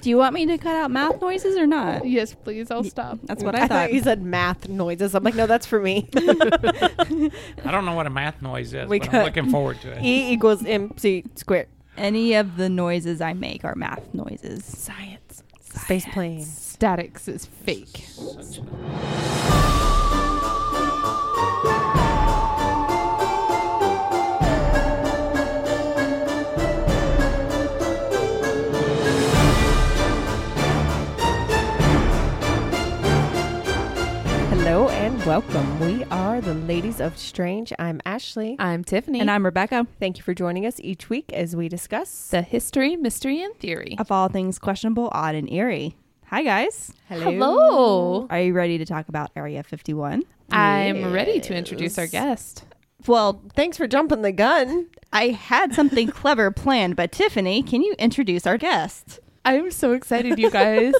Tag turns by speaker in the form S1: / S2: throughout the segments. S1: Do you want me to cut out mouth noises or not?
S2: Yes, please. I'll stop.
S1: That's
S3: Mm.
S1: what I thought.
S3: he said math noises. I'm like, no, that's for me.
S4: I don't know what a math noise is,
S3: We
S4: but
S3: cut-
S4: I'm looking forward to it.
S3: e equals mc squared.
S1: Any of the noises I make are math noises.
S3: Science. Space plane.
S2: Statics is fake.
S3: Hello and welcome. We are the Ladies of Strange. I'm Ashley.
S5: I'm Tiffany.
S1: And I'm Rebecca.
S3: Thank you for joining us each week as we discuss.
S5: the history, mystery, and theory.
S1: Of all things questionable, odd, and eerie. Hi, guys.
S5: Hello.
S1: Are you ready to talk about Area 51?
S5: I'm ready to introduce our guest.
S1: Well,
S3: Thanks for jumping the gun.
S1: I had something clever planned, but Tiffany, can you introduce our guest?
S5: I'm so
S2: Excited, you guys.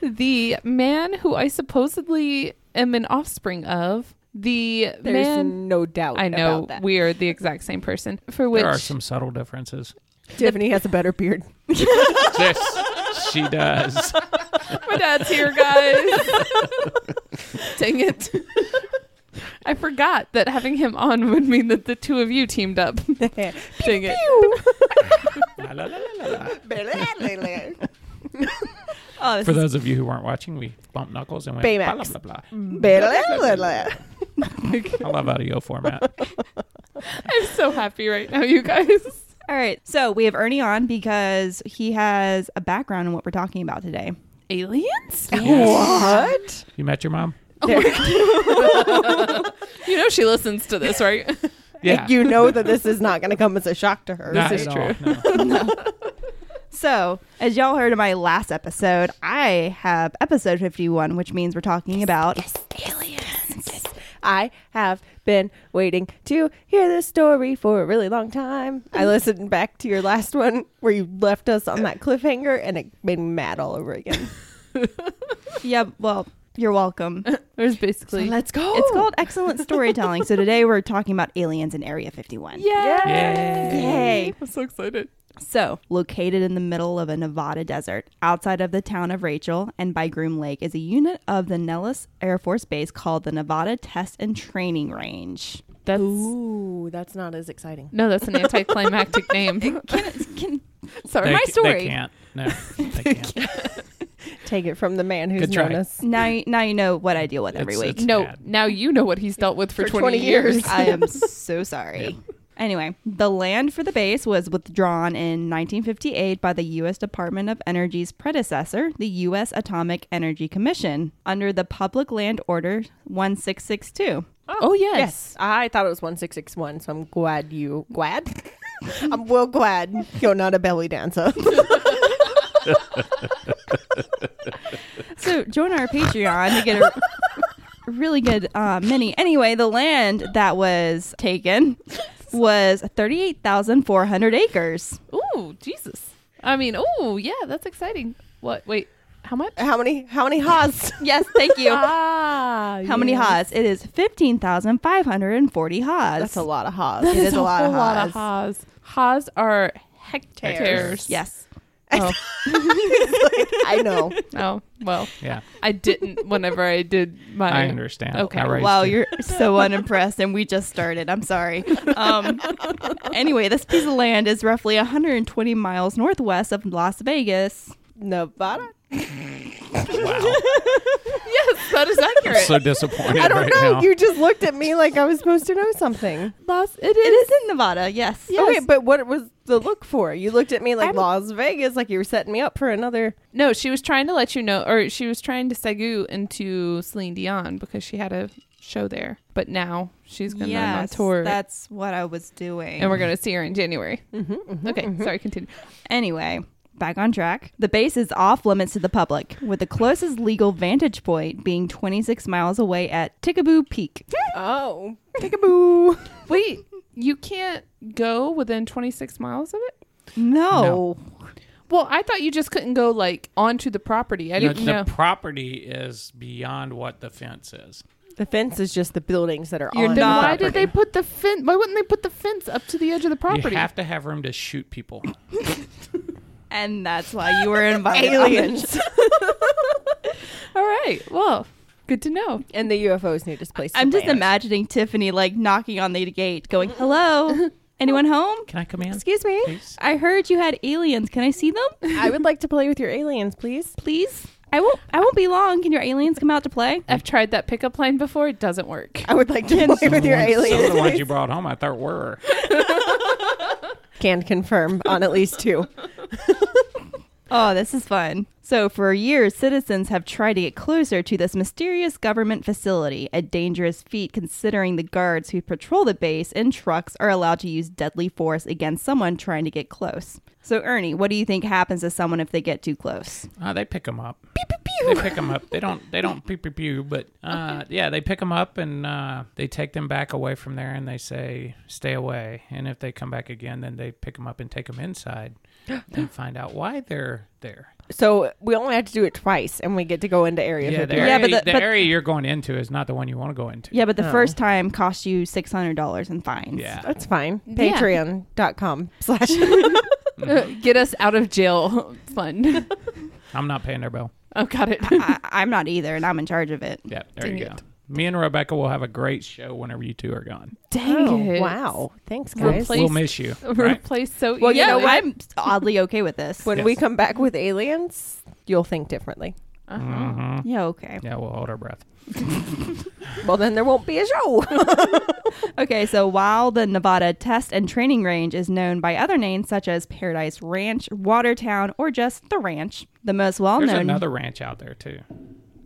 S2: the man who I supposedly am an offspring of. The
S3: There's
S2: man.
S3: no doubt.
S2: I know
S3: about that.
S2: we are the exact same person. For which
S4: There are some subtle differences.
S3: Tiffany has a better beard.
S4: yes, she does.
S2: my dad's here, guys. Dang it. I forgot that having him on would mean that the two of you teamed up.
S1: Oh,
S2: Dang it.
S4: La, la, la, la, la, la.
S1: Oh, this
S4: For
S1: is
S4: those of you who weren't watching, we bumped knuckles and went blah,
S3: Baymax.
S4: blah, blah,
S3: That's
S4: blah. I love audio format.
S2: I'm so happy right now, you guys.
S1: All right. So we have Ernie on because he has a background in what we're talking about today.
S2: Aliens?
S4: What? You met your mom?
S2: You know she listens to this, right?
S4: Yeah.
S3: You know that this is not going to come as a shock to her.
S4: Not
S2: This is
S4: at all, no.
S1: So, as y'all heard in my last episode, I have episode 51, which means we're talking about
S3: I have been waiting to hear this story for a really long time. I listened back to your last one where you left us on that cliffhanger and it made me mad all over again.
S1: Yeah, well, you're welcome.
S2: There's basically
S3: go.
S1: It's called excellent storytelling. so today we're talking about aliens in Area 51.
S4: Yay.
S1: Yay.
S2: I'm so excited.
S1: So, located in the middle of a Nevada desert, outside of the town of Rachel and by Groom Lake, is a unit of the Nellis Air Force Base called the Nevada Test and Training Range.
S2: That's
S3: Ooh, that's not as exciting.
S2: no, that's an anticlimactic name.
S1: Can
S2: Sorry,
S4: They-
S2: my
S4: They
S2: story.
S4: can't. No, they can't.
S3: Take it from the man who's
S4: Good
S3: known
S4: try.
S3: us.
S1: now, you- now you know what I deal with every
S4: It's-
S1: week.
S4: it's
S2: No,
S4: bad.
S2: now you know what he's dealt with for,
S3: For
S2: 20,
S3: 20
S2: years.
S3: years.
S1: I am so sorry. Anyway, the land for the base was withdrawn in 1958 by the U.S. Department of Energy's predecessor, the U.S. Atomic Energy Commission, under the Public Land Order 1662.
S2: Oh, yes.
S3: I thought it was 1661, so I'm glad you. Glad? I'm well glad you're not a belly dancer.
S1: So join our Patreon to get a really good uh, mini. Anyway, the land that was taken was 38,400 acres.
S2: Ooh, Jesus. I mean, ooh, yeah, that's exciting. What? Wait, how much?
S3: how many How many haws?
S1: Yes, thank you.
S2: Ah,
S1: How many
S2: yes.
S1: haws? It is 15,540 haws.
S3: That's a lot of haws.
S1: That
S3: It
S1: is
S3: is
S1: a
S3: lot
S2: A lot of haws. Haws are hectares.
S3: Hectares.
S1: Yes.
S2: Oh,
S3: I know.
S2: oh, well,
S4: Yeah,
S2: I didn't whenever I did my.
S4: I understand.
S2: Okay.
S4: I raised
S1: Wow,
S4: you.
S1: you're so unimpressed, and we just started. I'm sorry. Um, anyway, this piece of land is roughly 120 miles northwest of Las Vegas.
S3: Nevada?
S4: Wow.
S2: Yes, that is accurate.
S4: I'm so disappointed
S3: I don't
S4: right
S3: know.
S4: now.
S3: You just looked at me like I was supposed to know something.
S2: Las- it
S1: It
S2: is.
S1: is in Nevada, yes.
S3: Okay, but what was the look for? You looked at me like
S2: I'm-
S3: Las Vegas, like you were setting me up for another.
S2: No, she was trying to let you know, or she was trying to segue into Celine Dion because she had a show there. But now she's going to run on
S1: Yes,
S2: tour.
S1: that's what I was doing.
S2: and we're going to see her in January. okay, sorry, continue.
S1: Anyway, back on track. The base is off limits to the public, with the closest legal vantage point being 26 miles away at Tickaboo Peak.
S3: Oh, peekaboo!
S2: Wait, you can't go within 26 miles of it?
S1: No.
S2: Well, I thought you just couldn't go like onto the property. I
S4: The,
S2: didn't know.
S4: the property is beyond what the fence is.
S3: The fence is just the buildings that are
S1: You're
S3: on
S2: then
S1: not-
S3: the
S2: why
S3: property.
S2: did they put the fence? Why wouldn't they put the fence up to the edge of the property?
S4: You have to have room to shoot people.
S1: and that's why you were invited.
S3: Aliens.
S2: All right. Well, good to know.
S3: and the UFOs need to place.
S1: I'm just
S3: land.
S1: imagining Tiffany like knocking on the gate, going, "Hello, anyone home?
S4: Can I come in?
S3: Excuse me.
S4: please?
S1: I heard you had aliens. Can I see them,
S3: I would like to play with your aliens, please.
S1: please? I won't. I won't be long. Can your aliens come out to play?
S2: I've tried that pickup line before. It doesn't work.
S3: I would like to play with your
S4: Some of the ones- Some of the ones
S3: aliens.
S4: you brought home, I thought were.
S3: Can confirm on at least two.
S1: Oh, this is fun. So, for years, citizens have tried to get closer to this mysterious government facility, a dangerous feat considering the guards who patrol the base in trucks are allowed to use deadly force against someone trying to get close. So, Ernie, what do you think happens to someone if they get too close?
S4: Uh, they pick them up. They pick them up. They don't. They don't pew pew pew. But uh, yeah, they pick them up and uh, they take them back away from there, and they say, "Stay away." And if they come back again, then they pick them up and take them inside and find out why they're there.
S3: So we only have to do it twice, and we get to go into area.
S4: Yeah, the
S3: 51.
S4: area,
S1: Yeah, but the-
S4: the
S1: but-
S4: area you're going into is not the one you want to go into.
S1: Yeah, but the
S3: Oh.
S1: first time costs you $600 in fines.
S4: Yeah.
S3: That's fine.
S2: Yeah.
S3: Patreon.com slash.
S2: Uh, Get us out of jail fund.
S4: I'm not paying their bill.
S2: Oh, got it.
S1: I, I'm not either, and I'm in charge of it.
S4: Yeah, there
S2: Dang
S4: you go.
S2: it.
S4: Me and Rebecca will have a great show whenever you two are gone.
S2: Dang
S3: Oh,
S2: it.
S3: wow. Thanks, guys.
S2: Replace-
S4: We'll miss you. right?
S2: Replace so
S3: Well,
S2: well,
S3: you
S2: yeah,
S3: know what?
S1: I'm oddly okay with this.
S3: when
S4: Yes.
S3: we come back with aliens, you'll think differently.
S2: uh-huh.
S4: Mhm.
S1: Yeah, okay.
S4: Yeah, we'll hold our breath.
S3: Well, then there won't be a show.
S1: Okay, so while the Nevada Test and Training Range is known by other names such as Paradise Ranch, Watertown, or just the Ranch, the most well-known
S4: There's another ranch out there too.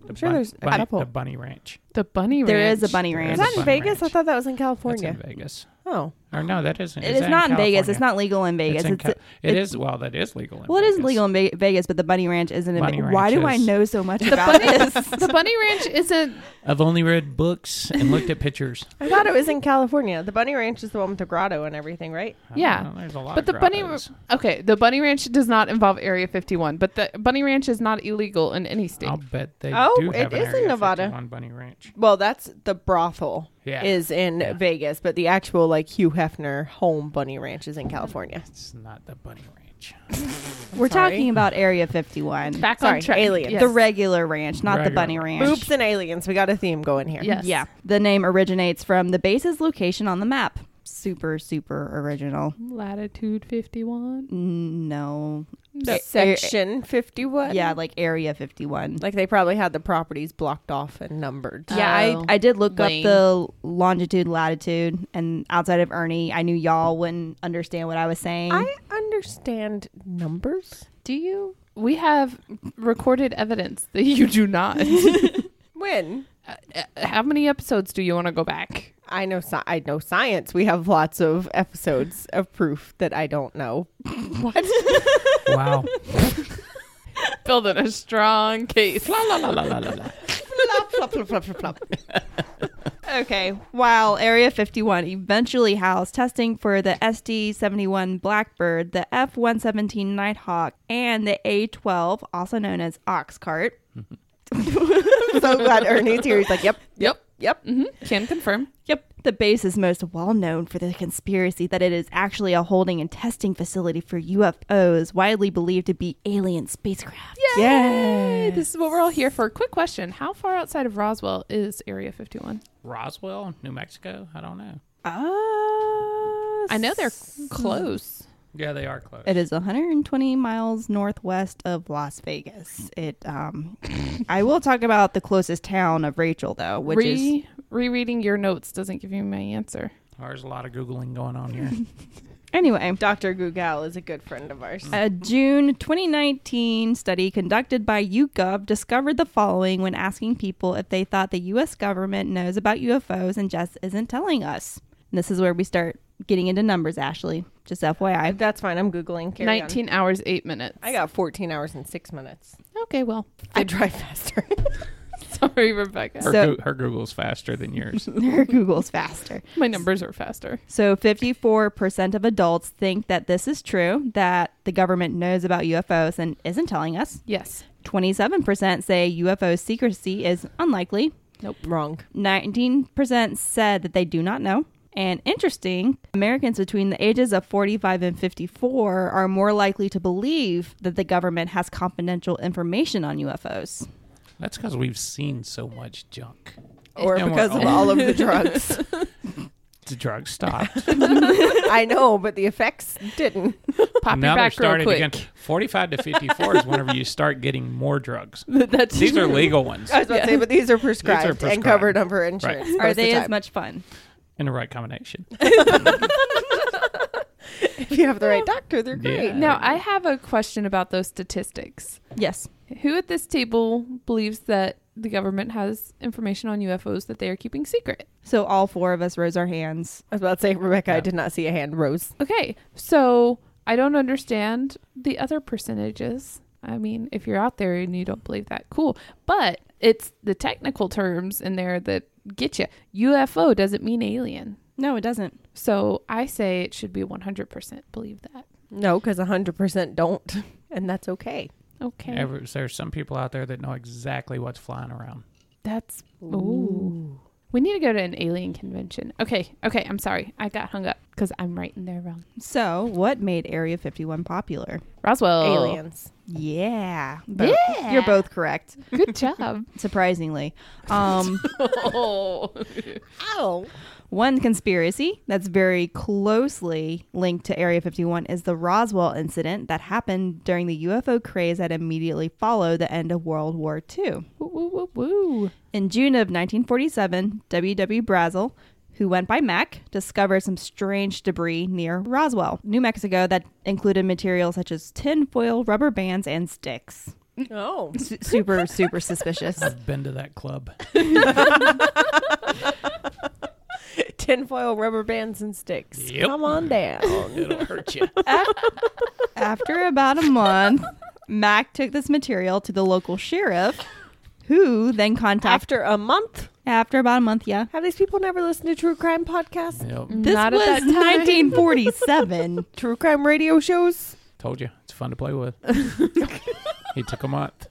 S4: The
S3: sure there's a
S4: bunny,
S3: couple.
S4: The bunny ranch.
S2: the bunny.
S1: there
S2: ranch.
S1: is a bunny
S4: There
S1: ranch.
S3: is that
S4: It's a
S3: in
S4: fun
S3: Vegas?
S4: ranch.
S3: I thought that was in
S4: That's
S3: California.
S4: in Vegas.
S3: Oh,
S4: Or no, that isn't.
S1: It
S4: is
S1: is
S4: that
S1: not in
S4: in
S1: Vegas.
S4: California?
S1: It's not legal in Vegas.
S4: It's in
S1: It's,
S4: Cal- it
S1: it's-
S4: is. Well, that is legal. In
S1: well, it is
S4: Vegas.
S1: legal in Ve- Vegas, but the bunny ranch isn't in
S4: Bunny
S1: Vegas. Why
S4: ranch
S1: do I
S4: is-
S1: know so much about this?
S2: the bunny ranch isn't.
S4: I've only read books and looked at pictures.
S3: I thought it was in California. The Bunny Ranch is the one with the grotto and everything, right?
S4: I don't
S2: Yeah.
S4: know, there's a lot.
S2: But the
S4: of
S2: bunny.
S4: grottos.
S2: Okay, the bunny ranch does not involve Area 51, but the bunny ranch is not illegal in any state.
S4: I'll bet they
S3: Oh,
S4: do
S3: it
S4: have an
S3: is in
S4: Area
S3: Nevada.
S4: 51 bunny ranch.
S3: Well, that's the brothel
S4: Yeah.
S3: is in Vegas, but the actual like Hugh Hefner home Bunny Ranch is in California.
S4: It's not the bunny ranch.
S1: We're
S3: Sorry.
S1: talking about Area 51,
S2: Back
S3: Sorry,
S2: on track.
S3: aliens.
S2: Yes.
S1: the regular ranch, not the
S4: Regular
S1: bunny
S4: ranch.
S1: ranch.
S3: Boobs and aliens. We got a theme going here.
S2: Yes.
S1: Yeah. The name originates from the base's location on the map. Super, super original.
S2: Latitude 51.
S1: No.
S3: Section 51.
S1: Yeah, like Area 51.
S3: Like they probably had the properties blocked off and numbered.
S1: yeah,
S2: Oh,
S1: I, I did look
S2: lame.
S1: up the longitude, latitude, and outside of Ernie, I knew y'all wouldn't understand what I was saying.
S3: I understand numbers.
S2: Do you? We have recorded evidence that you do not.
S3: When
S2: How many episodes do you want to go back?
S3: I know sci- I know science, we have lots of episodes of proof that I don't know.
S4: Wow.
S2: Building a strong case.
S4: la, la, la, la, la, la, la.
S3: flop, flop, flop, flop, flop, flop.
S1: okay. While Area 51 eventually housed testing for the SD 71 Blackbird, the F 117 Nighthawk, and the A 12, also known as Ox Cart.
S3: so glad Ernie's here. He's like, yep,
S2: Yep.
S3: yep.
S2: hmm Can confirm.
S1: Yep. The base is most well known for the conspiracy that it is actually a holding and testing facility for UFOs, widely believed to be alien spacecraft.
S2: Yay!
S3: Yes.
S2: This is what we're all here for. Quick question How far outside of Roswell is Area 51?
S4: Roswell, New Mexico. I don't know.
S1: Uh,
S2: Ah, I know they're close.
S4: Yeah, they are close.
S1: It is 120 miles northwest of Las Vegas. It. Um, I will talk about the closest town of Rachel though, which is
S2: Re- rereading your notes doesn't give you my answer.
S4: There's a lot of googling going on here.
S1: anyway.
S3: Dr. Gugal is a good friend of ours.
S1: A June 2019 study conducted by YouGov discovered the following when asking people if they thought the U.S. government knows about UFOs and just isn't telling us. And this is where we start getting into numbers, Ashley. Just FYI.
S3: That's fine. I'm Googling. Carry on.
S2: 19 hours, 8 minutes.
S3: I got 14 hours and six minutes.
S2: Okay, well.
S3: I drive faster.
S2: Sorry, Rebecca.
S4: Her,
S1: So-
S4: Goo- her Google's faster than yours.
S1: Her Google's faster.
S2: My numbers are faster.
S1: So 54% of adults think that this is true, that the government knows about UFOs and isn't telling us.
S2: Yes.
S1: 27% say UFO secrecy is unlikely.
S3: Wrong.
S1: 19% said that they do not know. And interesting, Americans between the ages of 45 and 54 are more likely to believe that the government has confidential information on UFOs.
S4: That's because we've seen so much junk.
S3: or
S4: And we're
S3: because of
S4: all-
S3: all of the drugs.
S4: The drug stopped.
S3: I know, but the effects didn't.
S2: Pop
S4: now
S2: it
S4: they're
S2: back real
S4: starting
S2: quick.
S4: again. Forty-five to fifty-four is whenever you start getting more drugs.
S2: That's
S4: These are legal ones
S3: I was about to say, but these are prescribed,
S4: prescribed.
S3: and covered under insurance. most
S1: Are
S3: of the
S1: they as
S3: time.
S1: much fun?
S4: in the right combination.
S3: If you have the right doctor, they're great.
S4: Yeah.
S2: Now, I have a question about those statistics.
S1: Yes.
S2: Who at this table believes that the government has information on UFOs that they are keeping secret?
S1: So all four of us rose our hands.
S3: I was about to say, Rebecca, I
S4: Yeah.
S3: did not see a hand rose.
S2: Okay, so I don't understand the other percentages. I mean, if you're out there and you don't believe that, cool. But it's the technical terms in there that get you. UFO doesn't mean alien.
S1: No, it doesn't.
S2: So I say it should be 100% believe that.
S3: No, because 100% don't. And that's okay.
S2: Okay.
S4: Ever, there's some people out there that know exactly what's flying around.
S2: That's ooh. We need to go to an alien convention. Okay, okay, I'm sorry. I got hung up because I'm right and they're wrong.
S1: So, what made Area 51 popular?
S2: Roswell.
S3: Aliens.
S1: Yeah. Both- You're both correct,
S2: Good job.
S1: surprisingly. Um,
S2: oh.
S3: Ow.
S1: one conspiracy that's very closely linked to Area 51 is the Roswell incident that happened during the UFO craze that immediately followed the end of World War II.
S2: Woo, woo, woo, woo.
S1: In June of 1947, W.W. Brazel, who went by Mac, discovered some strange debris near Roswell, New Mexico, that included materials such as tin foil, rubber bands, and sticks.
S3: Oh.
S1: Su- super, super suspicious.
S4: I've been to that club.
S3: Tinfoil, rubber bands, and sticks.
S4: Yep.
S3: Come on down.
S4: Oh, It'll hurt you.
S1: After about a month, Mac took this material to the local sheriff, who then contacted
S3: After a month,
S1: after about a month. Yeah,
S3: have these people never listened to true crime podcasts?
S1: this
S2: Not at
S1: was
S2: that time.
S1: 1947.
S3: True crime radio shows?
S4: Told you, it's fun to play with. he took a month.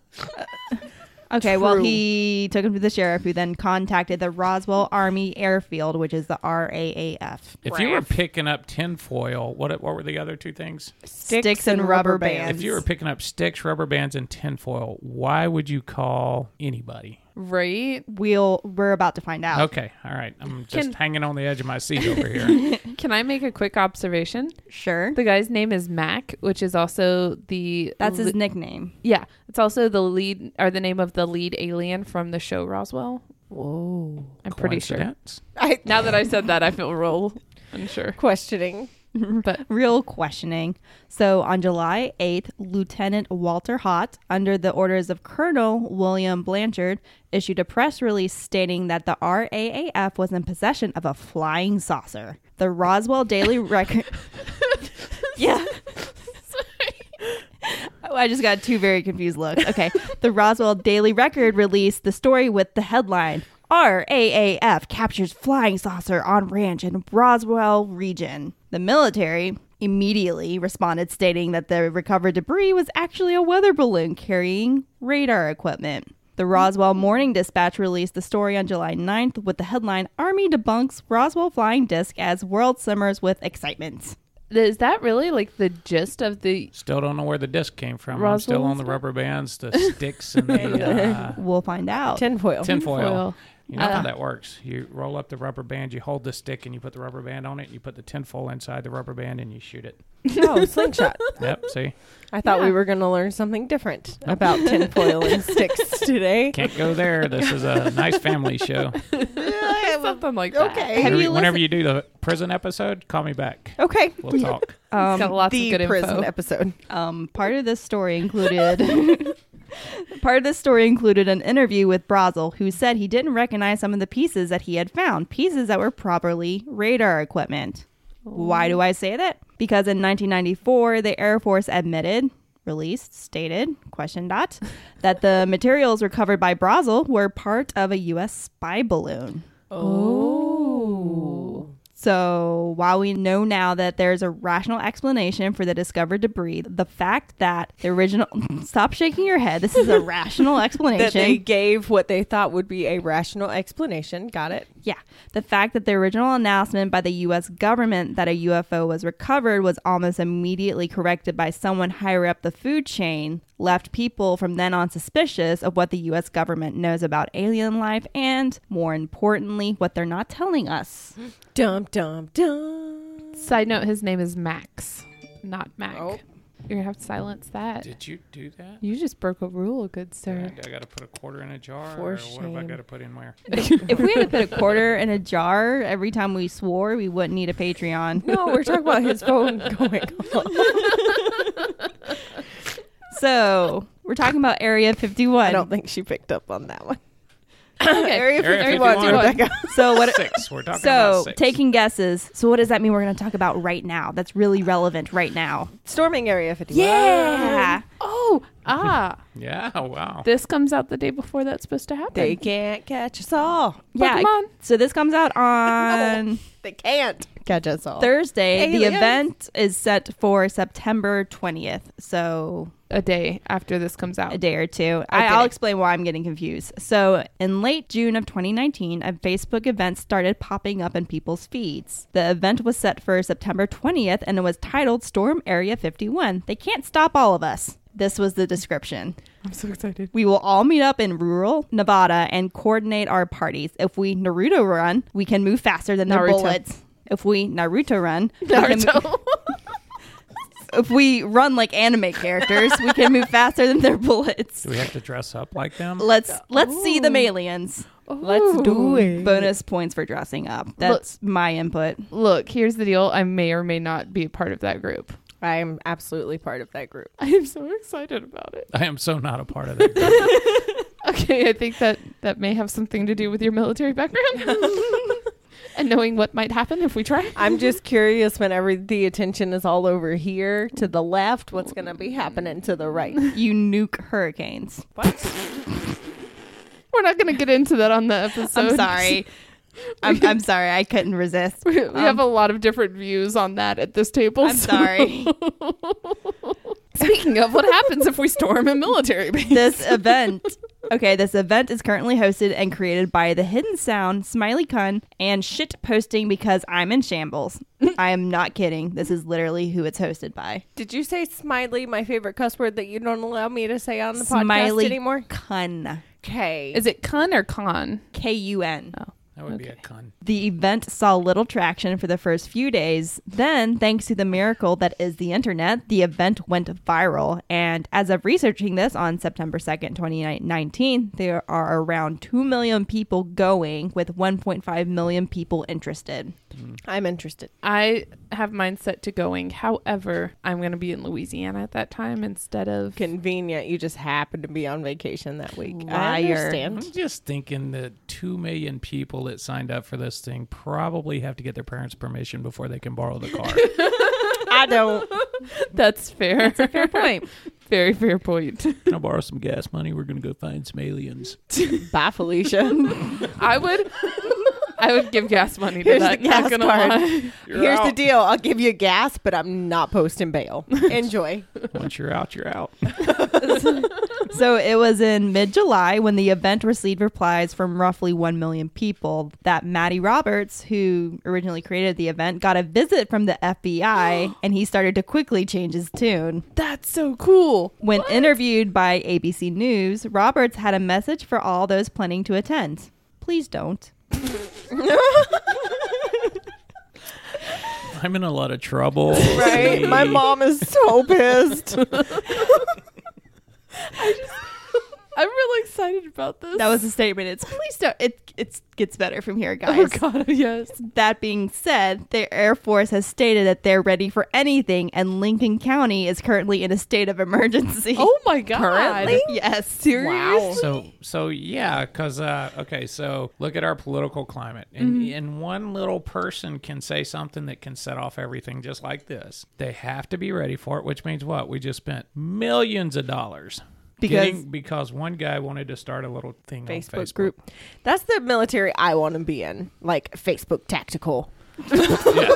S1: Okay, well,
S3: True.
S1: he took him to the sheriff, who then contacted the Roswell Army Airfield, which is the RAAF.
S4: If you were picking up tinfoil, what what were the other two things?
S1: Sticks, and, rubber, bands.
S4: If you were picking up sticks, rubber bands, and tinfoil, why would you call anybody?
S2: Right?
S1: we'll we're about to find out.
S4: Okay, all right. I'm just
S2: Can-
S4: hanging on the edge of my seat over here.
S2: Can I make a quick observation?
S1: Sure.
S2: The guy's name is Mac, which is also the.
S1: That's his
S2: le-
S1: nickname.
S2: Yeah. It's also the lead or the name of the lead alien from the show Roswell.
S3: Whoa.
S2: I'm pretty sure.
S4: Coincidence?
S3: I
S2: Now that I said that, I feel real unsure.
S3: questioning.
S2: But
S1: Real questioning. So on July 8th, Lieutenant Walter Hott, under the orders of Colonel William Blanchard, issued a press release stating that the RAAF was in possession of a flying saucer. The Roswell Daily Record. yeah. Oh, I just got two very confused looks. Okay. the Roswell Daily Record released the story with the headline RAAF captures flying saucer on ranch in Roswell region. The military immediately responded, stating that the recovered debris was actually a weather balloon carrying radar equipment. The Roswell Morning Dispatch released the story on July 9th with the headline Army debunks Roswell flying disc as world summers with excitement.
S2: is that really like the gist of the
S4: Still don't know where the disc came from. I'm still
S2: Roswell
S4: on the rubber bands, the sticks, and the uh,
S1: We'll find out.
S3: Tinfoil.
S4: tinfoil.
S2: Tinfoil.
S4: You know how
S2: Uh.
S4: that works. You roll up the rubber band, you hold the stick, and you put the rubber band on it. You put the tinfoil inside the rubber band, and you shoot it.
S3: oh, slingshot.
S4: Yep. See,
S3: I thought we were going to learn something different about tinfoil and sticks today.
S4: can't go there. This is a nice family show.
S2: something like that?
S3: Okay.
S1: Have
S4: Whenever-
S1: you
S4: whenever you do the prison episode, call me back.
S3: Okay.
S4: We'll talk.
S2: It's got lots
S3: the
S2: of good
S3: prison
S2: info.
S3: episode.
S1: Um, part of this story included part of this story included an interview with Brazel, who said he didn't recognize some of the pieces that he had found, pieces that were properly radar equipment. Why
S3: Oh.
S1: do I say that? Because in 1994, the Air Force admitted, released, stated, question dot, that the materials recovered by Brazel were part of a U.S. spy balloon.
S3: Oh.
S1: So, while we know now that there's a rational explanation for the discovered debris, the fact that the original stop shaking your head, this is a rational
S3: That they
S1: explanation.
S3: gave what they thought would be a rational explanation. Got it?
S1: Yeah. The fact that the original announcement by the U.S. government that a UFO was recovered was almost immediately corrected by someone higher up the food chain left people from then on suspicious of what the U.S. government knows about alien life and, more importantly, what they're not telling us.
S3: Dum dum dum.
S2: Side note: His name is Max, not Mac.
S6: Oh.
S2: You're gonna have to silence that.
S4: Did you do that?
S2: You just broke a rule, good
S4: I,
S2: sir.
S4: got to put a quarter in a jar.
S2: For
S4: or What have I
S2: shame.
S4: got to put in where?
S1: if we had to put a quarter in a jar every time we swore, we wouldn't need a Patreon.
S3: No, we're talking about his phone going off.
S1: So we're talking about Area 51.
S3: I don't think she picked up on that one.
S2: Okay.
S3: Area
S4: Area
S3: 51,
S4: 51.
S3: Rebecca.
S1: so what?
S4: Six. We're talking about
S1: So
S4: six.
S1: taking guesses. So what does that mean? We're going to talk about right now. That's really relevant right now.
S3: Storming Area 51.
S1: Yeah.
S2: Oh, ah,
S4: Yeah. Wow.
S2: this comes out the day before that's supposed to happen.
S3: They can't catch us all.
S1: Yeah.
S2: Pokemon.
S1: So this comes out on
S3: They can't catch us all.
S1: Thursday.
S3: Aliens.
S1: The event is set for September 20th. So
S2: a day after this comes out.
S1: a day or two. I, I'll explain why I'm getting confused. So, in late June of 2019, a Facebook event started popping up in people's feeds. The event was set for September 20th and it was titled Storm Area 51. They can't stop all of us. This was the description.
S2: I'm so excited.
S1: We will all meet up in rural Nevada and coordinate our parties. If we Naruto run, we can move faster than the
S2: Naruto.
S1: bullets. If we Naruto run, Naruto. if we run like anime characters, we can move faster than their bullets.
S4: Do we have to dress up like them?
S1: Let's let's see
S2: Oh.
S1: them aliens.
S3: Let's do it.
S1: Bonus points for dressing up. That's my input.
S2: Look, here's the deal. I may or may not be a part of that group.
S3: I'm absolutely part of that group.
S2: I am so excited about it.
S4: I am so not a part of that.
S2: Okay, I think that that may have something to do with your military background and knowing what might happen if we try.
S3: I'm just curious whenever the attention is all over here to the left, what's going to be happening to the right?
S1: You nuke hurricanes.
S2: We're not going to get into that on the episode.
S1: I'm sorry. I'm, I'm sorry. I couldn't resist.
S2: We, we
S1: Um,
S2: have a lot of different views on that at this table.
S1: I'm
S2: so-
S1: sorry.
S2: Speaking of what happens if we storm a military base.
S1: this event. Okay, this event is currently hosted and created by The Hidden Sound, Smiley Kun, and Shit Posting because I'm in shambles. I am not kidding. This is literally who it's hosted by.
S3: Did you say smiley, my favorite cuss word that you don't allow me to say on the
S1: Smiley
S3: podcast anymore?
S1: Kun.
S3: Okay.
S2: Is it Kun or Con?
S1: K U N.
S4: That would be a con.
S1: The event saw little traction for the first few days. Then, thanks to the miracle that is the internet, the event went viral. And as of researching this on September 2nd, 2019, there are around 2 million people going, with 1.5 million people interested.
S3: I'm interested.
S2: I have mine set to going. However, I'm going to be in Louisiana at that time instead of.
S3: Convenient. You just happened to be on vacation that week. I
S1: Liar.
S4: I'm
S3: understand.
S4: just thinking that two million people that signed up for this thing probably have to get their parents' permission before they can borrow the car.
S3: I don't.
S2: That's fair.
S1: Fair point.
S2: Very fair point.
S4: can I borrow some gas money? We're gonna go find some aliens.
S3: Bye, Felicia.
S2: I would. I would give gas money to
S3: Here's
S2: that.
S3: the gas
S2: not gonna
S3: card.
S2: lie.
S3: Here's the deal. I'll give you gas, but I'm not posting bail. Enjoy.
S4: Once you're out, you're out.
S1: so it was in mid July when the event received replies from roughly 1 million people that Maddie Roberts, who originally created the event, got a visit from the FBI and he started to quickly change his tune.
S2: That's so cool.
S1: When interviewed by ABC News, Roberts had a message for all those planning to attend. Please don't.
S4: I'm in a lot of trouble.
S3: Right? My mom is so pissed.
S2: I'm really excited about this.
S1: That was a statement. It's please don't. It it gets better from here, guys.
S2: Oh God, yes.
S1: That being said, the Air Force has stated that they're ready for anything, and Lincoln County is currently in a state of emergency.
S2: Oh my God.
S1: Yes, seriously.
S4: So, so yeah, because uh, okay, so look at our political climate, and
S3: Mm-hmm.
S4: and one little person can say something that can set off everything, just like this. They have to be ready for it, which means what? We just spent millions of dollars
S1: Because-
S4: because one guy wanted to start a little thing on
S3: Facebook
S4: Facebook
S3: group. That's the military I want to be in. Like Facebook tactical.
S4: Yeah.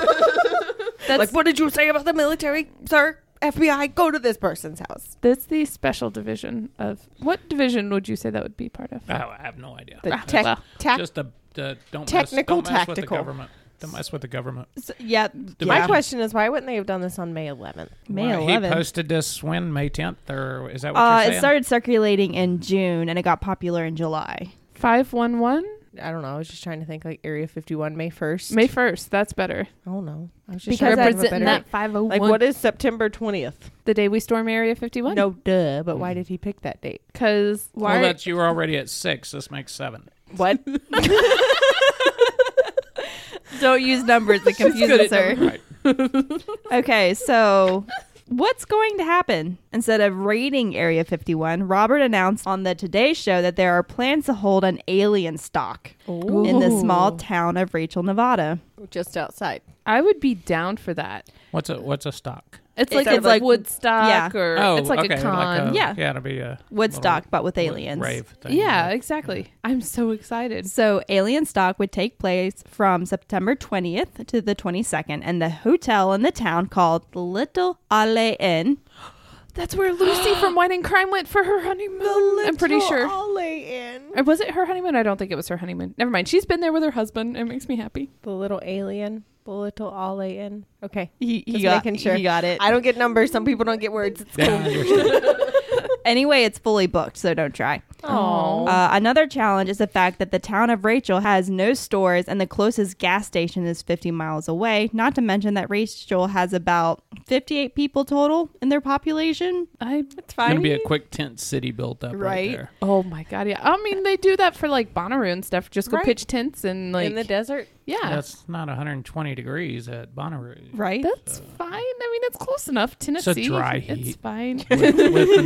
S3: like, what did you say about the military, sir? FBI, go to this person's house.
S2: That's the special division of what division would you say that would be part of?
S4: Oh, I have no idea.
S3: The
S2: Ah,
S3: tech,
S2: well,
S3: tac-
S4: just the the don't
S3: Technical
S4: mess, don't mess with the
S3: tactical.
S4: government. Don't mess with the government.
S1: So, yeah.
S3: My
S1: yeah.
S3: question is, why wouldn't they have done this on May 11th?
S1: May
S4: Well,
S1: 11th.
S4: He posted this when May 10th, or is that what
S1: Uh,
S4: you're saying?
S1: it started circulating in June and it got popular in July.
S2: 511?
S3: I don't know. I was just trying to think like Area 51, May 1st.
S2: May 1st. That's better.
S3: I don't know. I was just
S1: Because
S3: trying to think of a
S2: Representing
S3: better-
S2: that 501.
S3: Like, what is September 20th?
S2: the day we storm Area 51?
S3: No, duh. But
S2: Mm.
S3: why did he pick that date?
S2: Because why?
S4: well, that's you were already at six. This makes seven.
S3: What?
S1: Don't use numbers; it confuses her.
S4: Right.
S1: Okay, so what's going to happen? Instead of raiding Area 51, Robert announced on the Today Show that there are plans to hold an alien stock in the small town of Rachel, Nevada.
S3: just outside.
S2: I would be down for that.
S4: What's a what's a stock?
S2: It's like
S1: Instead
S2: it's
S1: of,
S2: like
S1: like-
S2: Woodstock
S1: yeah.
S2: or it's like
S4: Oh, okay,
S2: a con.
S4: a-
S2: yeah,
S1: Yeah.
S4: yeah, it'll be a
S1: Woodstock,
S4: little
S1: but with aliens.
S4: rave thing.
S2: yeah, exactly. I'm so excited.
S1: So, Alien Stock would take place from September 20th to the 22nd, and the hotel in the town called the Little Ale Inn.
S2: That's where Lucy from Wine and Crime went for her honeymoon. I'm pretty sure. Or was it her honeymoon? I don't think it was her honeymoon. Never mind. She's been there with her husband. It makes me happy.
S3: The little alien. The little all in. Okay.
S1: He,
S3: Just
S1: got,
S3: making sure.
S1: he got it.
S3: I don't get numbers. Some people don't get words. It's
S4: Yeah, I understand.
S1: Anyway, it's fully booked, so don't try.
S2: Oh,
S1: Uh, another challenge is the fact that the town of Rachel has no stores and the closest gas station is 50 miles away. Not to mention that Rachel has about 58 people total in their population.
S2: I.
S4: it's gonna be a quick tent city built up right,
S1: Right.
S4: there.
S2: Oh my god. Yeah. I mean, they do that for like Bonnaroo and stuff. Just go
S3: Right.
S2: pitch tents and like.
S3: in the desert.
S2: yeah. That's,
S4: That's not 120 degrees at Bonnaroo.
S1: Right?
S2: fine. I mean, that's close enough. Tennessee.
S4: dry
S2: It's
S4: heat.
S2: fine.
S4: with, with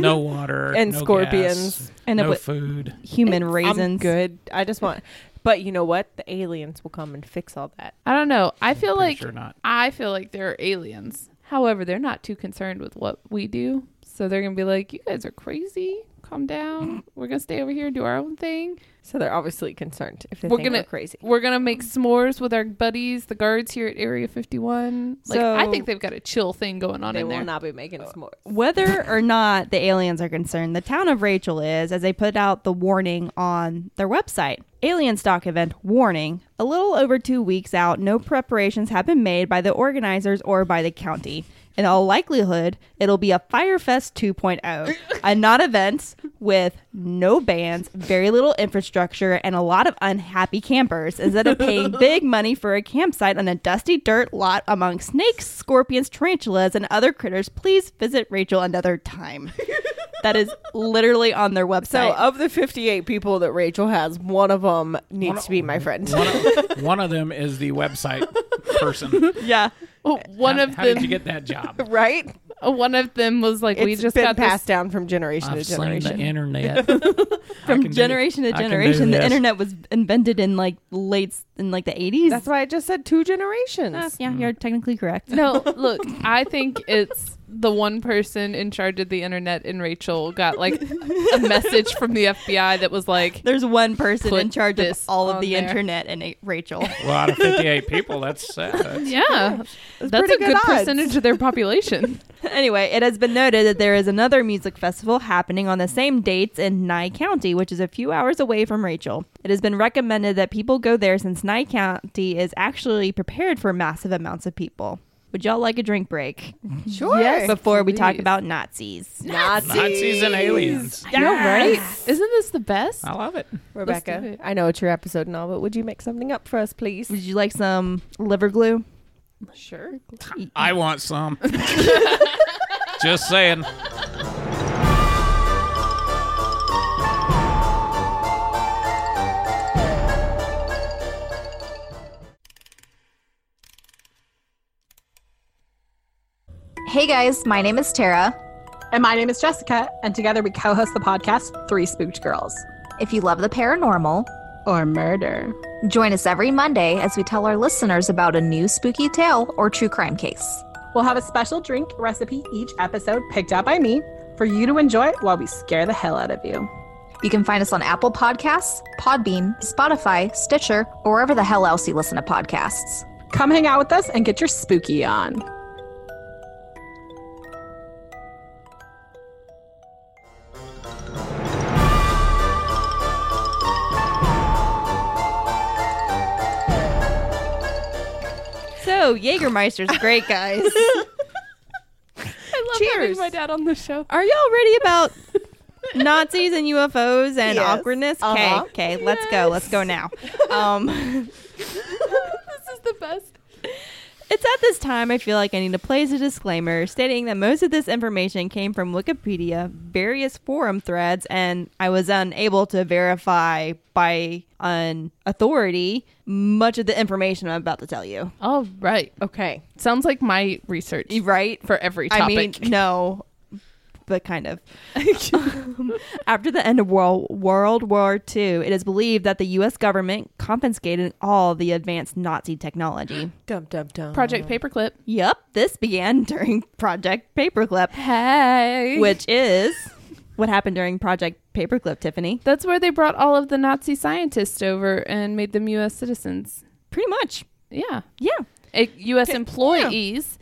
S4: no water
S3: And
S4: no
S3: scorpions.
S4: gas,
S1: And
S4: no
S1: it-
S4: food.
S1: Human
S3: I'm
S1: raisins.
S3: good. I just want. But you know what? The aliens will come and fix all that.
S2: I don't know. I feel
S4: Pretty
S2: like
S4: sure not.
S2: I feel like they're aliens. However, they're not too concerned with what we do. So they're going to be like, you guys are crazy. Calm down. We're going to stay over here and do our own thing.
S3: So they're obviously concerned if they
S2: We're
S3: think
S2: gonna-
S3: we're crazy.
S2: We're going to make s'mores with our buddies, the guards here at Area 51. Like,
S1: So-
S2: I think they've got a chill thing going on
S3: They
S2: in
S3: will
S2: there. Uh,
S3: not be making us more.
S1: Whether or not the aliens are concerned, the town of Rachel is, as they put out the warning on their website. Alien stock event warning. A little over two weeks out, no preparations have been made by the organizers or by the county. In all likelihood, it'll be a Firefest 2.0, oh. a not event with no bands, very little infrastructure, and a lot of unhappy campers instead of paying big money for a campsite on a dusty dirt lot among snakes, scorpions, tarantulas, and other critters. Please visit Rachel another time. that is literally on their
S3: So, uh,
S1: website.
S3: of the 58 people that Rachel has, one of them needs to be my friend.
S4: One of, one of them is the website person.
S1: yeah.
S2: Oh, One
S4: how,
S2: of
S4: how
S2: them,
S4: did you get that job?
S3: right?
S2: uh, one of them was like, we
S3: It's
S2: just
S3: been
S2: got this.
S3: passed down from generation
S4: I've
S3: to
S4: seen the
S3: generation.
S4: internet I can do-
S1: From generation
S4: I
S1: to
S4: can do
S1: generation, the
S4: this.
S1: internet was invented in like late in like the eighties. Mm.
S3: That's why I just said two generations.
S1: yeah, you're technically correct.
S2: No, look, I think it's the one person in charge of the internet and Rachel got like a message from the FBI that was like,
S1: There's one person
S2: Put
S1: in charge of
S2: this
S1: all
S2: on
S1: of the
S2: there.
S1: internet, and it, Rachel.
S4: Well, out of 58 people, that's uh,
S2: yeah, that's, a
S3: pretty
S2: good
S3: good odds.
S2: percentage of their population.
S1: anyway, it has been noted that there is another music festival happening on the same dates in Nye County, which is a few hours away from Rachel. It has been recommended that people go there since Nye County is actually prepared for massive amounts of people. Would y'all like a drink break
S3: Sure.
S1: before we talk
S2: please.
S1: about Nazis?
S3: Nazis.
S4: Nazis and aliens.
S2: Yeah, right? Isn't this the best?
S4: I love it.
S2: Let's do
S3: Rebecca,
S2: it.
S3: I know it's your episode and all, but would you make something up for us, please?
S1: Would you like some liver glue?
S2: Sure.
S4: I want some. Just saying.
S7: Hey guys, my name is Tara.
S8: And my name is Jessica, and together we co host the podcast Three Spooked Girls
S7: If you love the paranormal,
S8: or Murder.
S7: join us every Monday as we tell our listeners about a new spooky tale or true crime case.
S8: We'll have a special drink recipe each episode picked out by me for you to enjoy while we scare the hell out of you.
S7: You can find us on Apple Podcasts, Podbean, Spotify, Stitcher, or wherever the hell else you listen to podcasts.
S8: Come hang out with us and get your spooky on.
S1: Yo, Jägermeister's great, guys.
S2: I love
S3: Cheers.
S2: having my dad on the show.
S1: Are y'all ready about Nazis and UFOs and
S3: Yes.
S1: awkwardness? Okay,
S3: Uh-huh.
S1: okay, let's go. Let's go now. Um,
S2: This is the best.
S1: It's at this time I feel like I need to place a disclaimer stating that most of this information came from Wikipedia, various forum threads, and I was unable to verify by an authority much of the information I'm about to tell you.
S2: All right.
S3: Okay.
S2: Sounds like my research
S1: Right?
S2: for every topic.
S1: I mean, no, but kind of. Um, after the end of World, World War II, it is believed that the U.S. government confiscated all the advanced Nazi technology.
S3: Dum dum dum.
S2: Project Paperclip.
S1: Yep, this began during Project Paperclip.
S2: Hey.
S1: which is what happened during Project Paperclip, Tiffany.
S2: That's where they brought all of the Nazi scientists over and made them U.S. citizens.
S1: Pretty much.
S2: Yeah.
S1: Yeah.
S2: Eh, U.S. employees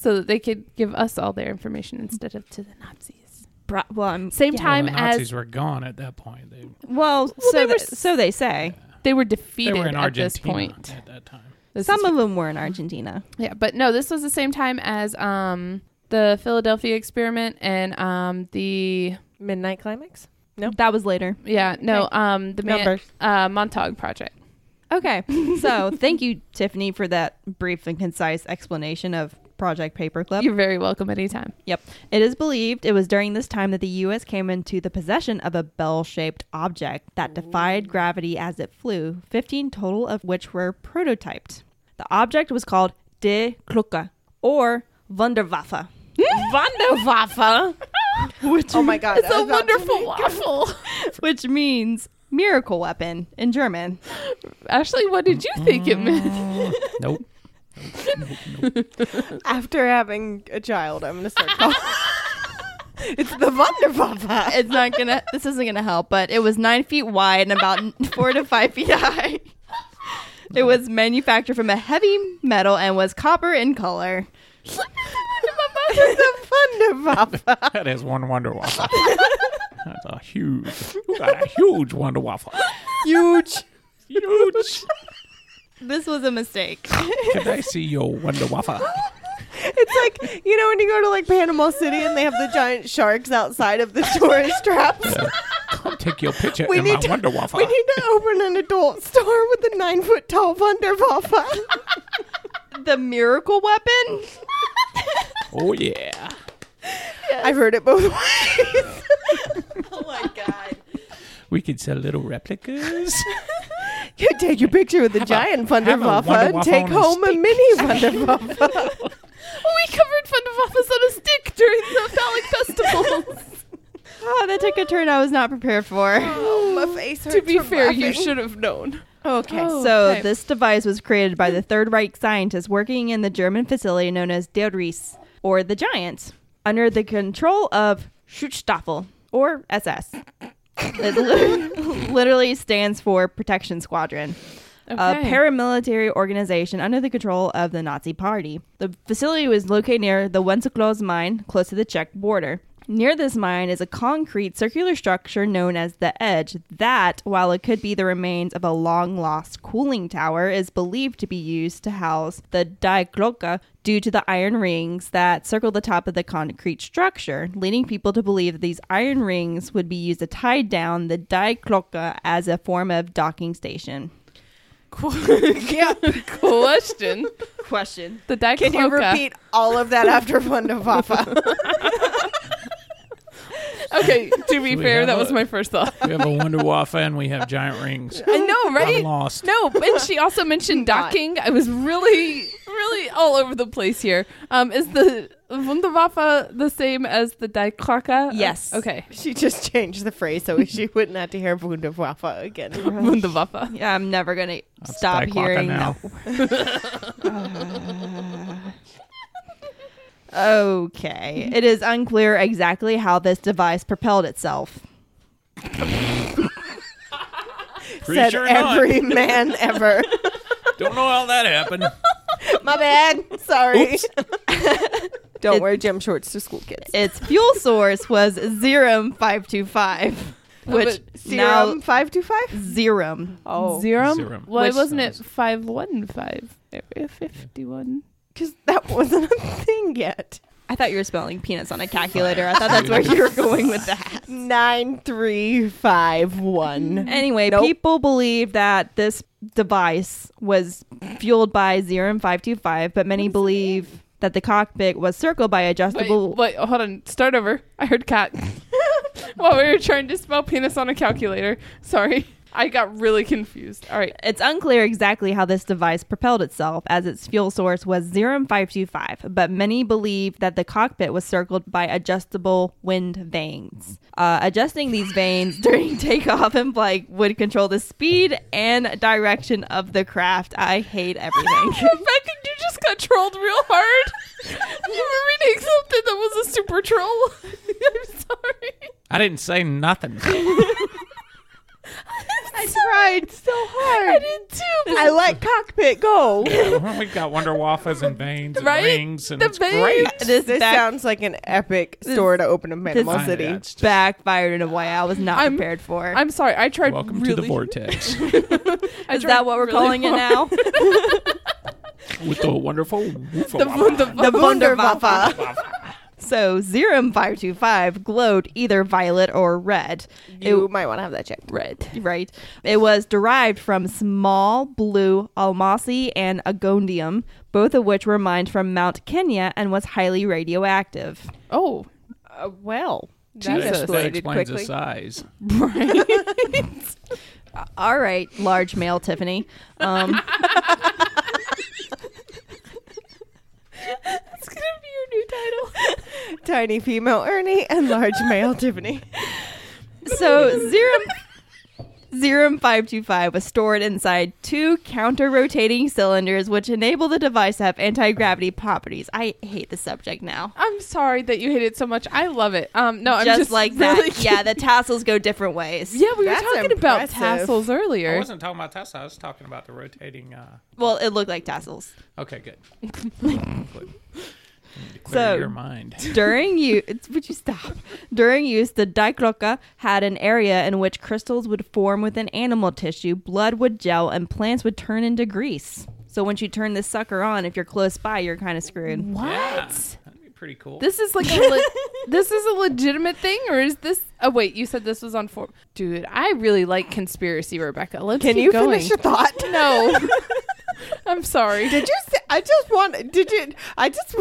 S2: so that they could give us all their information instead of to the Nazis.
S1: Bro- well, I'm,
S2: Same
S1: yeah.
S2: time
S4: the Nazis
S2: as
S4: were gone at that point. They,
S1: Well, so
S2: they were
S1: th-
S2: s-
S1: so they say.
S2: they were
S4: they
S2: defeated
S4: were in
S2: at this
S4: Argentina
S2: point.
S4: at that time.
S2: This
S1: Some
S2: is-
S1: of them were in Argentina.
S2: yeah, but no, this was the same time as um, the Philadelphia experiment and um, the
S3: Midnight climax.
S1: That was later.
S2: yeah no um, the man,
S3: Numbers.
S2: uh, Montauk project.
S1: Okay. So thank you, Tiffany, for that brief and concise explanation of Project Paperclip.
S2: You're very welcome anytime.
S1: Yep. It is believed it was during this time that the U.S. came into the possession of a bell shaped object that defied gravity as it flew, 15 total of which were prototyped. The object was called De Klucke or Wunderwaffe.
S3: Vanderwaffe.
S1: Which,
S3: Oh my god. It's a
S2: Wonderful waffle.
S1: which means miracle weapon in German.
S2: Ashley, what did you think it
S4: Mm.
S2: meant?
S4: Nope.
S3: After having a child, I'm gonna start calling. it's the Vanderwaffe.
S1: It's not gonna, this isn't gonna help, but it was nine feet wide and about four to five feet high. It was manufactured from a heavy metal and was copper in color.
S3: The Vanderwaffe.
S4: That is one wonder waffle. That's a huge, a huge wonder waffle.
S3: Huge.
S4: Huge.
S1: This was a mistake.
S4: Can I see your wonder waffle?
S3: It's like you know when you go to like Panama City and they have the giant sharks outside of the tourist traps.
S4: Come take your picture
S3: We
S4: in my
S3: need to-
S4: wonder waffle.
S3: We need to open an adult store with a nine foot tall Vanderwaffe.
S1: the miracle weapon?
S4: oh yeah.
S3: I've heard it both ways.
S1: oh my god.
S4: We could sell little replicas.
S3: you take your picture with the
S4: Have a-
S3: giant
S4: have a
S3: Vanderwaffe and
S4: Wunderwaffe
S3: take
S4: on a
S3: home a mini Vanderwaffe.
S2: we covered Fundavapas on a stick during the phallic festivals.
S1: Oh, that took a turn I was not prepared for.
S3: oh, my face hurts
S2: to be
S3: from
S2: fair, you
S3: laughing.
S2: should have known.
S3: Okay.
S2: Oh,
S1: so
S2: okay.
S1: this device was created by the Third Reich scientists working in the German facility known as Der Ries, or the Giant, under the control of Schutzstaffel, or SS. it li- literally stands for Protection Squadron. a
S2: Okay.
S1: paramilitary organization under the control of the Nazi Party. The facility was located near the Wenceslas mine, close to the Czech border. Near this mine is a concrete circular structure known as the Edge, that, while it could be the remains of a long lost cooling tower, is believed to be used to house the Diglocka due to the iron rings that circle the top of the concrete structure, leading people to believe that these iron rings would be used to tie down the Diglocka as a form of docking station.
S2: Question:
S1: question.
S2: The Diet
S3: Can you repeat all of that after Vanderwaffe?
S2: Okay. To be
S4: we
S2: fair,
S4: have
S2: that
S4: a-
S2: was my first thought.
S4: We have a wonder waffle and we have giant rings.
S2: I know,
S4: I'm
S2: right?
S4: lost.
S2: No, and she also mentioned docking. I was really, really all over the place here. Um, is the Wunderwaffe the same as the Daiklaka?
S1: Yes.
S2: Okay.
S3: she just changed the phrase so she wouldn't have to hear Vanderwaffe again.
S2: Wunderwaffe.
S1: Yeah, I'm never gonna
S4: That's
S1: stop
S4: Diet Klocka
S1: hearing
S4: now.
S1: that. Okay. It is unclear exactly how this device propelled itself.
S4: Pretty
S3: Said
S4: sure not.
S3: every man ever.
S4: Don't know how that happened.
S3: My bad. Sorry. Don't wear gym shorts to school, kids.
S1: Its fuel source was Zerum 525. which now
S3: Serum five two five.
S1: Zerum.
S3: Oh,
S2: Zerum?
S4: Zerum.
S2: Well,
S4: Which-
S2: it wasn't it 515? Area 51.
S3: because that wasn't a thing yet.
S1: I thought you were spelling peanuts on a calculator. I thought that's where you were going with that.
S3: Nine three five one.
S1: Anyway, people believe that this device was fueled by Zerum 525, but many believe that the cockpit was circled by
S2: Wait,
S1: adjustable.
S2: wait, hold on. Start over. I heard cat. While we were trying to spell penis on a calculator. Sorry. I got really confused. All right.
S1: It's unclear exactly how this device propelled itself, as its fuel source was Zerum 525, but many believe that the cockpit was circled by adjustable wind vanes. Uh, adjusting these vanes during takeoff and flight would control the speed and direction of the craft. I hate everything.
S2: Rebecca, you just got trolled real hard. you were reading something that was a super troll. I'm sorry.
S4: I didn't say nothing.
S3: I tried so hard. I did too. I let cockpit go.
S4: We've got Wonder Waffles and veins and
S2: Right?
S4: rings, and
S2: The
S4: it's great.
S1: this
S3: This
S1: back-
S3: sounds like an epic store to open in Panama
S4: I know,
S3: City.
S4: it's just-
S1: backfired in a way I was not
S2: I'm-
S1: prepared for.
S2: I'm sorry. I tried
S4: Welcome
S2: really
S4: to the vortex
S2: I
S1: Is
S2: tried
S1: that what we're
S2: really
S1: calling it now?
S2: hard.
S4: with the wonderful.
S2: The, the,
S1: the
S3: Wunderwaffe.
S1: So Zerum 525 glowed either violet or red.
S3: You might want to have that checked.
S2: red.
S1: It, right. It was derived from small blue almasi and agondium, both of which were mined from Mount Kenya and was highly radioactive.
S2: Oh,
S3: Uh, well,
S4: That,
S3: Jesus.
S4: that
S3: Escalated
S4: explains the
S3: quickly.
S4: size.
S1: All right, large male Tiffany. Um,
S2: that's gonna be your new title.
S3: Tiny female Ernie and large male Tiffany.
S1: so Zerum Zerum 525 was stored inside two counter-rotating cylinders which enable the device to have anti-gravity properties. I hate the subject now.
S2: I'm sorry that you hate it so much. I love it. Um, no, I'm
S1: just,
S2: just,
S1: like
S2: really
S1: that. Yeah, the tassels go different ways.
S2: Yeah, we were
S3: That's
S2: talking about
S3: impressive.
S2: tassels
S4: I
S2: earlier.
S4: wasn't talking about Tesla. I was talking about the rotating. Uh,
S1: Well, it looked like tassels.
S4: okay, good. Clear
S1: So-
S4: your mind.
S1: During use, would you stop? During use, the dichroca had an area in which crystals would form within animal tissue, blood would gel, and plants would turn into grease. So once you turn this sucker on, if you're close by, you're kind of screwed.
S2: What?
S4: Yeah, that'd be pretty cool.
S2: This is like a le- this is a legitimate thing, or is this? Oh wait, you said this was on four. Dude, I really like conspiracy, Rebecca. Let's
S3: Can
S2: keep
S3: you
S2: going.
S3: finish your thought?
S2: no, I'm sorry.
S3: Did you? Say, I just want. Did you? I just.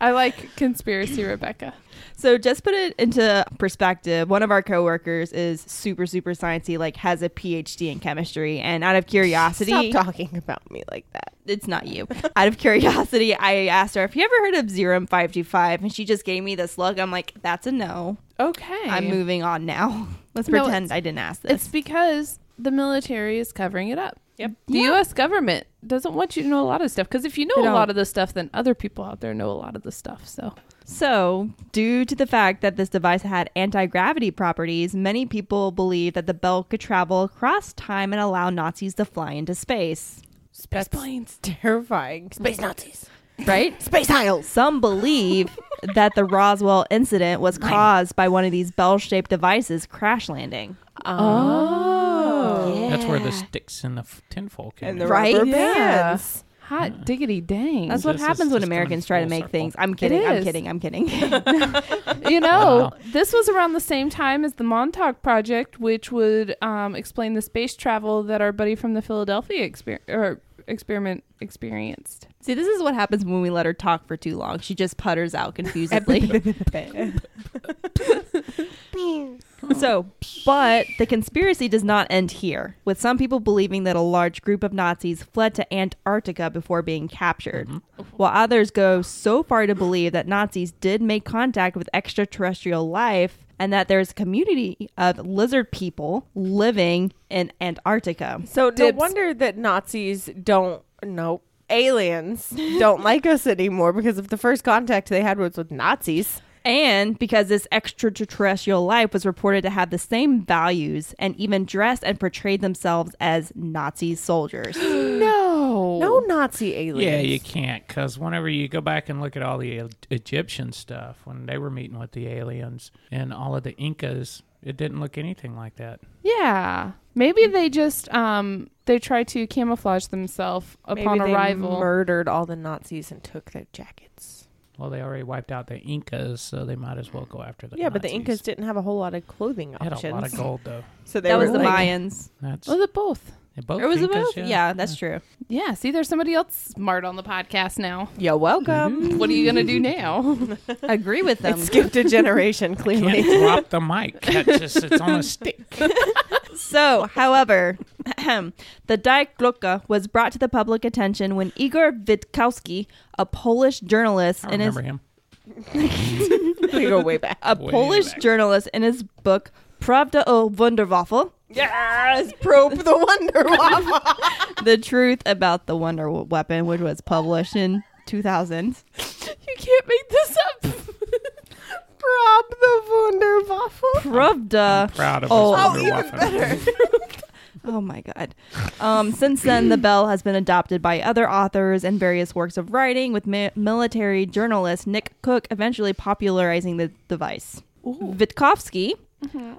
S2: I like conspiracy, Rebecca.
S1: So just put it into perspective. One of our coworkers is super, super sciencey, like has a PhD in chemistry, and out of curiosity,
S3: Stop talking about me like that.
S1: it's not you. Out of curiosity, I asked her if you ever heard of Zerum 525, and she just gave me this look. I'm like, that's a no.
S2: Okay,
S1: I'm moving on now. Let's
S2: No,
S1: pretend
S2: it's-
S1: I didn't ask
S2: It's
S1: this.
S2: because the military is covering it up. Yep. The U.S. government doesn't want you to know a lot of stuff because if you know a lot of the stuff, then other people out there know a lot of the stuff. So
S1: So, due to the fact that this device had anti gravity properties, many people believe that the bell could travel across time and allow Nazis to fly into space.
S3: Space planes. Terrifying. Space Nazis.
S1: Right?
S3: Space Hiles.
S1: Some believe that the Roswell incident was caused by one of these bell shaped devices crash landing.
S4: That's where the sticks and the f- tinfoil came.
S3: And
S4: in.
S3: the
S1: Right?
S3: rubber
S2: Yeah.
S3: bands.
S2: hot diggity dang.
S1: That's what
S4: what This is
S1: happens when
S4: just going
S1: Americans try to
S4: full
S1: make
S4: circle.
S1: things. I'm kidding. I'm
S2: is.
S1: kidding. I'm kidding.
S2: you know,
S4: Wow.
S2: this was around the same time as the Montauk Project, which would um, explain the space travel that our buddy from the Philadelphia exper- or experiment experienced.
S1: See, this is what happens when we let her talk for too long. She just putters out confusedly. so, but the conspiracy does not end here, with some people believing that a large group of Nazis fled to Antarctica before being captured, while others go so far to believe that Nazis did make contact with extraterrestrial life and that there's a community of lizard people living in Antarctica.
S3: So
S2: Dibs.
S3: no wonder that Nazis don't no aliens don't like us anymore because if the first contact they had was with Nazis.
S1: And because this extraterrestrial life was reported to have the same values and even dressed and portrayed themselves as Nazi soldiers.
S2: No,
S3: No Nazi aliens.
S4: Yeah, you can't, because whenever you go back and look at all the E- Egyptian stuff, when they were meeting with the aliens and all of the Incas, it didn't look anything like that.
S2: Yeah. Maybe they just um they try to camouflage themselves upon
S3: Maybe they
S2: arrival.
S3: murdered all the Nazis and took their jackets.
S4: Well, they already wiped out the Incas, so they might as well go after the
S3: yeah, but the
S4: Nazis.
S3: Incas didn't have a whole lot of clothing
S4: had
S3: options.
S4: a lot of gold though.
S3: So they
S1: That
S3: were
S1: was the
S3: like-
S1: Mayans.
S4: That's
S2: was it both?
S4: they both
S1: It was a
S4: Incas,
S1: move. Yeah. that's true.
S2: Yeah, see there's somebody else smart on the podcast now.
S3: You're welcome.
S2: What are you gonna do now?
S1: Agree with them.
S4: Mm-hmm.
S3: It skipped a generation,
S4: Can't
S3: clearly.
S4: drop the mic. That just it's on a stick.
S1: So, however, the Dyke Glocka was brought to the public attention when Igor Witkowski, a Polish journalist,
S4: I
S1: in his
S4: remember him.
S3: we go way back.
S1: a
S4: Way
S1: Polish
S4: back.
S1: journalist in his book Pravda o Wunderwaffe,
S3: Yes, probe the Wonder Waffle.
S1: The Truth About the Wonder Weapon, which was published in 2000.
S2: you can't make this up.
S3: probe the Wonder Waffle.
S1: Pravda.
S4: Proud of
S1: Oh.
S4: us.
S1: Oh,
S4: Wonder
S3: even
S4: Waffle.
S1: Oh my God. Um, since then, the bell has been adopted by other authors and various works of writing, with mi- military journalist Nick Cook eventually popularizing the device. Witkowski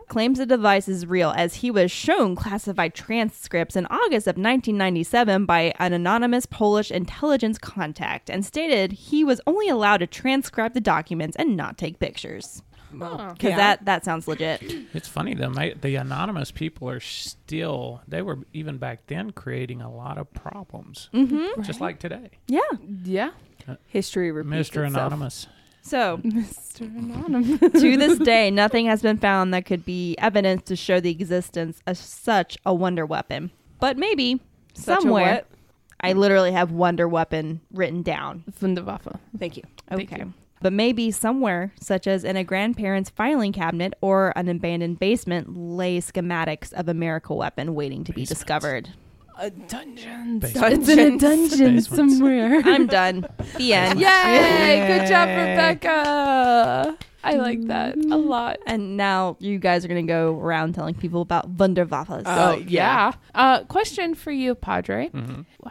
S1: claims the device is real as he was shown classified transcripts in August of 1997 by an anonymous Polish intelligence contact and stated he was only allowed to transcribe the documents and not take pictures. Because that, that sounds legit.
S4: It's funny though. ma- the anonymous people are still. They were even back then creating a lot of problems, mm-hmm. just like today.
S1: Yeah.
S2: Yeah.
S3: History repeats itself.
S4: Mr. Anonymous.
S1: So
S2: Mr. Anonymous.
S1: to this day, nothing has been found that could be evidence to show the existence of such a wonder weapon. But maybe
S3: Such a
S1: somewhere,
S3: what?
S1: I literally have wonder weapon written down.
S2: Wunderwaffe.
S3: Thank you.
S1: Okay. But maybe somewhere, such as in a grandparent's filing cabinet or an abandoned basement, lay schematics of a miracle weapon waiting to be discovered.
S2: A dungeon.
S4: Basement.
S2: It's in a dungeon
S4: Basements.
S2: somewhere.
S1: I'm done. The end.
S2: Yay! Good job, Rebecca. I like that a lot.
S1: And now you guys are going to go around telling people about Wunderwaffles.
S2: Oh yeah. Mm-hmm. Uh, question for you, Padre.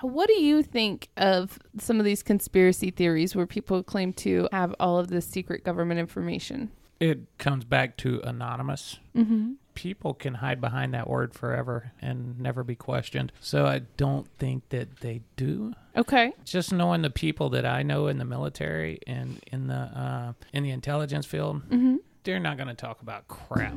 S2: What do you think of some of these conspiracy theories where people claim to have all of this secret government information?
S4: It comes back to anonymous.
S3: Mm-hmm.
S4: People can hide behind that word forever and never be questioned. So I don't think that they do.
S2: Okay.
S4: Just knowing the people that I know in the military and in the uh, in the intelligence field,
S3: Mm-hmm.
S4: they're not going to talk about crap.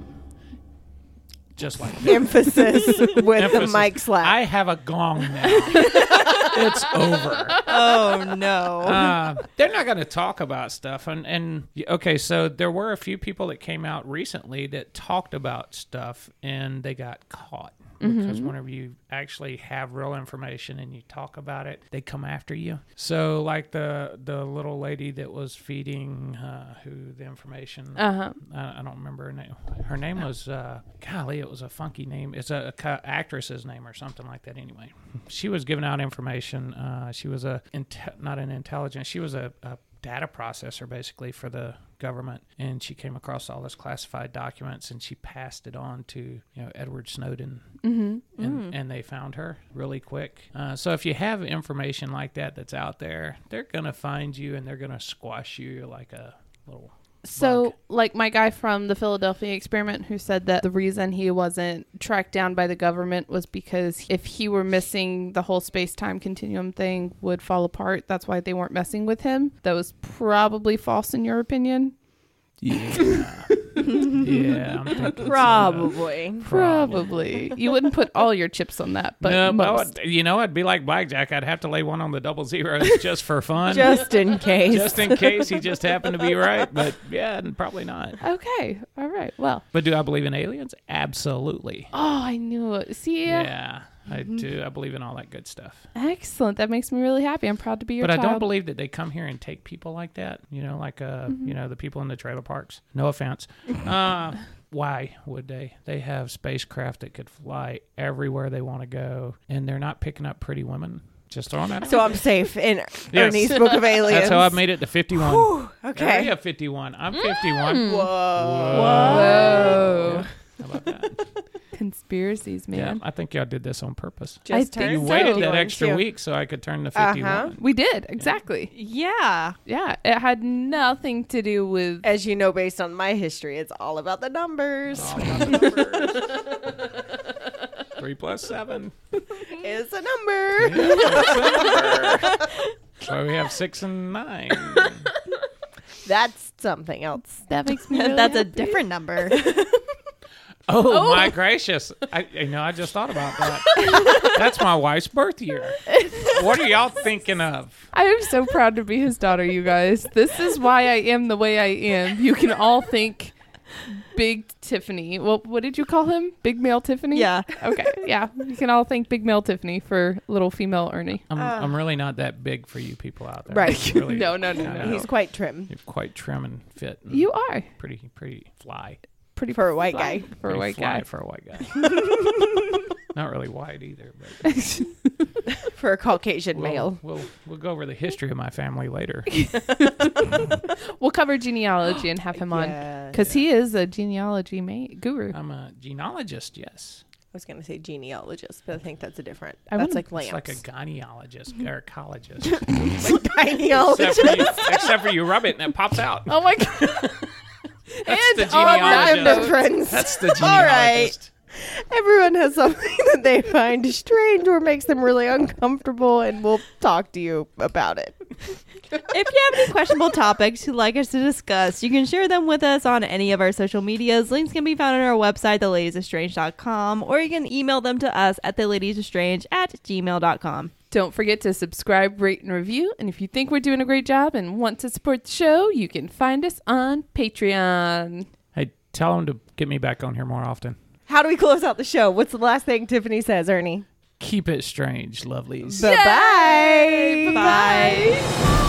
S4: Just like that.
S3: Emphasis with
S4: Emphasis.
S3: the mic slap.
S4: I have a gong now. it's over.
S1: oh no.
S4: Uh, they're not going to talk about stuff. And, and okay, so there were a few people that came out recently that talked about stuff and they got caught. Because
S3: Mm-hmm.
S4: whenever you actually have real information and you talk about it, they come after you. So, like the the little lady that was feeding uh, who the information,
S2: Uh-huh.
S4: I, I don't remember her name. Her name was, uh, golly, it was a funky name. It's a, a ca- actress's name or something like that. Anyway, she was giving out information. Uh, she was a inte- not an intelligence. She was a, a data processor basically for the government, and she came across all this classified documents, and she passed it on to you know Edward Snowden, and, and they found her really quick. Uh, so if you have information like that that's out there, they're gonna find you and they're gonna squash you like a little.
S2: So,
S4: bug.
S2: like my guy from the Philadelphia experiment who said that the reason he wasn't tracked down by the government was because if he were missing, the whole space time continuum thing would fall apart. That's why they weren't messing with him. That was probably false, in your opinion.
S4: Yeah. yeah. I'm thinking so.
S3: Probably.
S2: Probably. you wouldn't put all your chips on that, but
S4: No, but I
S2: most.
S4: would- you know, I'd be like blackjack. I'd have to lay one on the double zeros just for fun, just,
S3: Just in case.
S4: in case he just happened to be right. But yeah, and probably not.
S2: Okay. All right. Well.
S4: But do I believe in aliens? Absolutely.
S2: Oh, I knew it. See, uh,
S4: Yeah, I do. I believe in all that good stuff.
S2: excellent. That makes me really happy. I'm proud to be your
S4: but
S2: child.
S4: I don't believe that they come here and take people like that. You know, like uh, you know, the people in the trailer parks. No offense. Uh, why would they? They have spacecraft that could fly everywhere they want to go, and they're not picking up pretty women. Just throwing that.
S3: So
S4: out.
S3: I'm safe in
S4: Yes.
S3: Ernie's Book of Aliens.
S4: That's how I made it to 51.
S3: okay.
S4: Area 51. I'm 51.
S3: Whoa.
S4: Whoa. How about that?
S2: Conspiracies,
S4: yeah,
S2: man.
S4: I think y'all did this on purpose.
S3: Just
S2: I think
S4: You
S3: turns
S4: waited
S3: out.
S4: that extra
S3: Too.
S4: week so I could turn the
S3: Uh-huh.
S4: 51.
S2: We did, exactly.
S1: Yeah.
S2: Yeah, it had nothing to do with
S3: As you know, based on my history, it's all about the numbers,
S4: Three plus seven. Oh.
S3: it's a number.
S4: So we have six and nine.
S3: That's something else.
S2: that makes me. Really
S1: That's a
S2: happy.
S1: different number.
S4: Oh, my gracious! I you know I just thought about that. That's my wife's birth year. What are y'all thinking of?
S2: I am so proud to be his daughter, you guys. This is why I am the way I am. You can all think Big Tiffany. Well, what did you call him? Big male Tiffany?
S1: Yeah.
S2: Okay. Yeah. You can all thank Big male Tiffany for little female Ernie.
S4: I'm, I'm really not that big for you people out there.
S3: Right.
S4: Really,
S2: No, no, no,
S4: I
S2: no.
S4: know.
S3: He's quite trim
S4: You're quite trim and fit. and
S2: You are
S4: pretty, pretty fly.
S2: pretty
S3: for a white
S2: fly
S3: guy.
S2: For a
S4: Pretty
S2: white
S4: fly
S2: guy.
S4: For a white guy. Not really wide either. But
S3: For a Caucasian
S4: we'll,
S3: male.
S4: We'll we'll go over the history of my family later.
S2: We'll cover genealogy and have him on
S3: Yeah.
S2: because he is a genealogy ma- guru.
S4: I'm a genealogist. Yes,
S3: I was gonna say genealogist, but I think that's a different.
S2: I
S3: that's
S2: wouldn't-
S3: like lamps.
S4: it's like a gynecologist or ecologist.
S3: Genealogist.
S4: except, for you, except for you rub it and it pops out.
S2: Oh my god!
S4: That's
S2: and
S4: the
S2: on that
S3: Remember,
S4: genealogist.
S3: friends,
S4: That's the genealogist.
S3: All right. everyone has something that they find strange or makes them really uncomfortable, and we'll talk to you about it.
S1: if you have any questionable topics you'd like us to discuss, you can share them with us on any of our social medias. Links can be found on our website, theladiesestrange.com, or you can email them to us at theladiesestrange at gmail.com.
S2: Don't forget to subscribe, rate, and review. And if you think we're doing a great job and want to support the show, you can find us on Patreon.
S4: Hey, tell him to get me back on here more often.
S3: How do we close out the show? What's the last thing Tiffany says, Ernie?
S4: Keep it strange, lovelies.
S3: Bye-bye.
S1: Bye.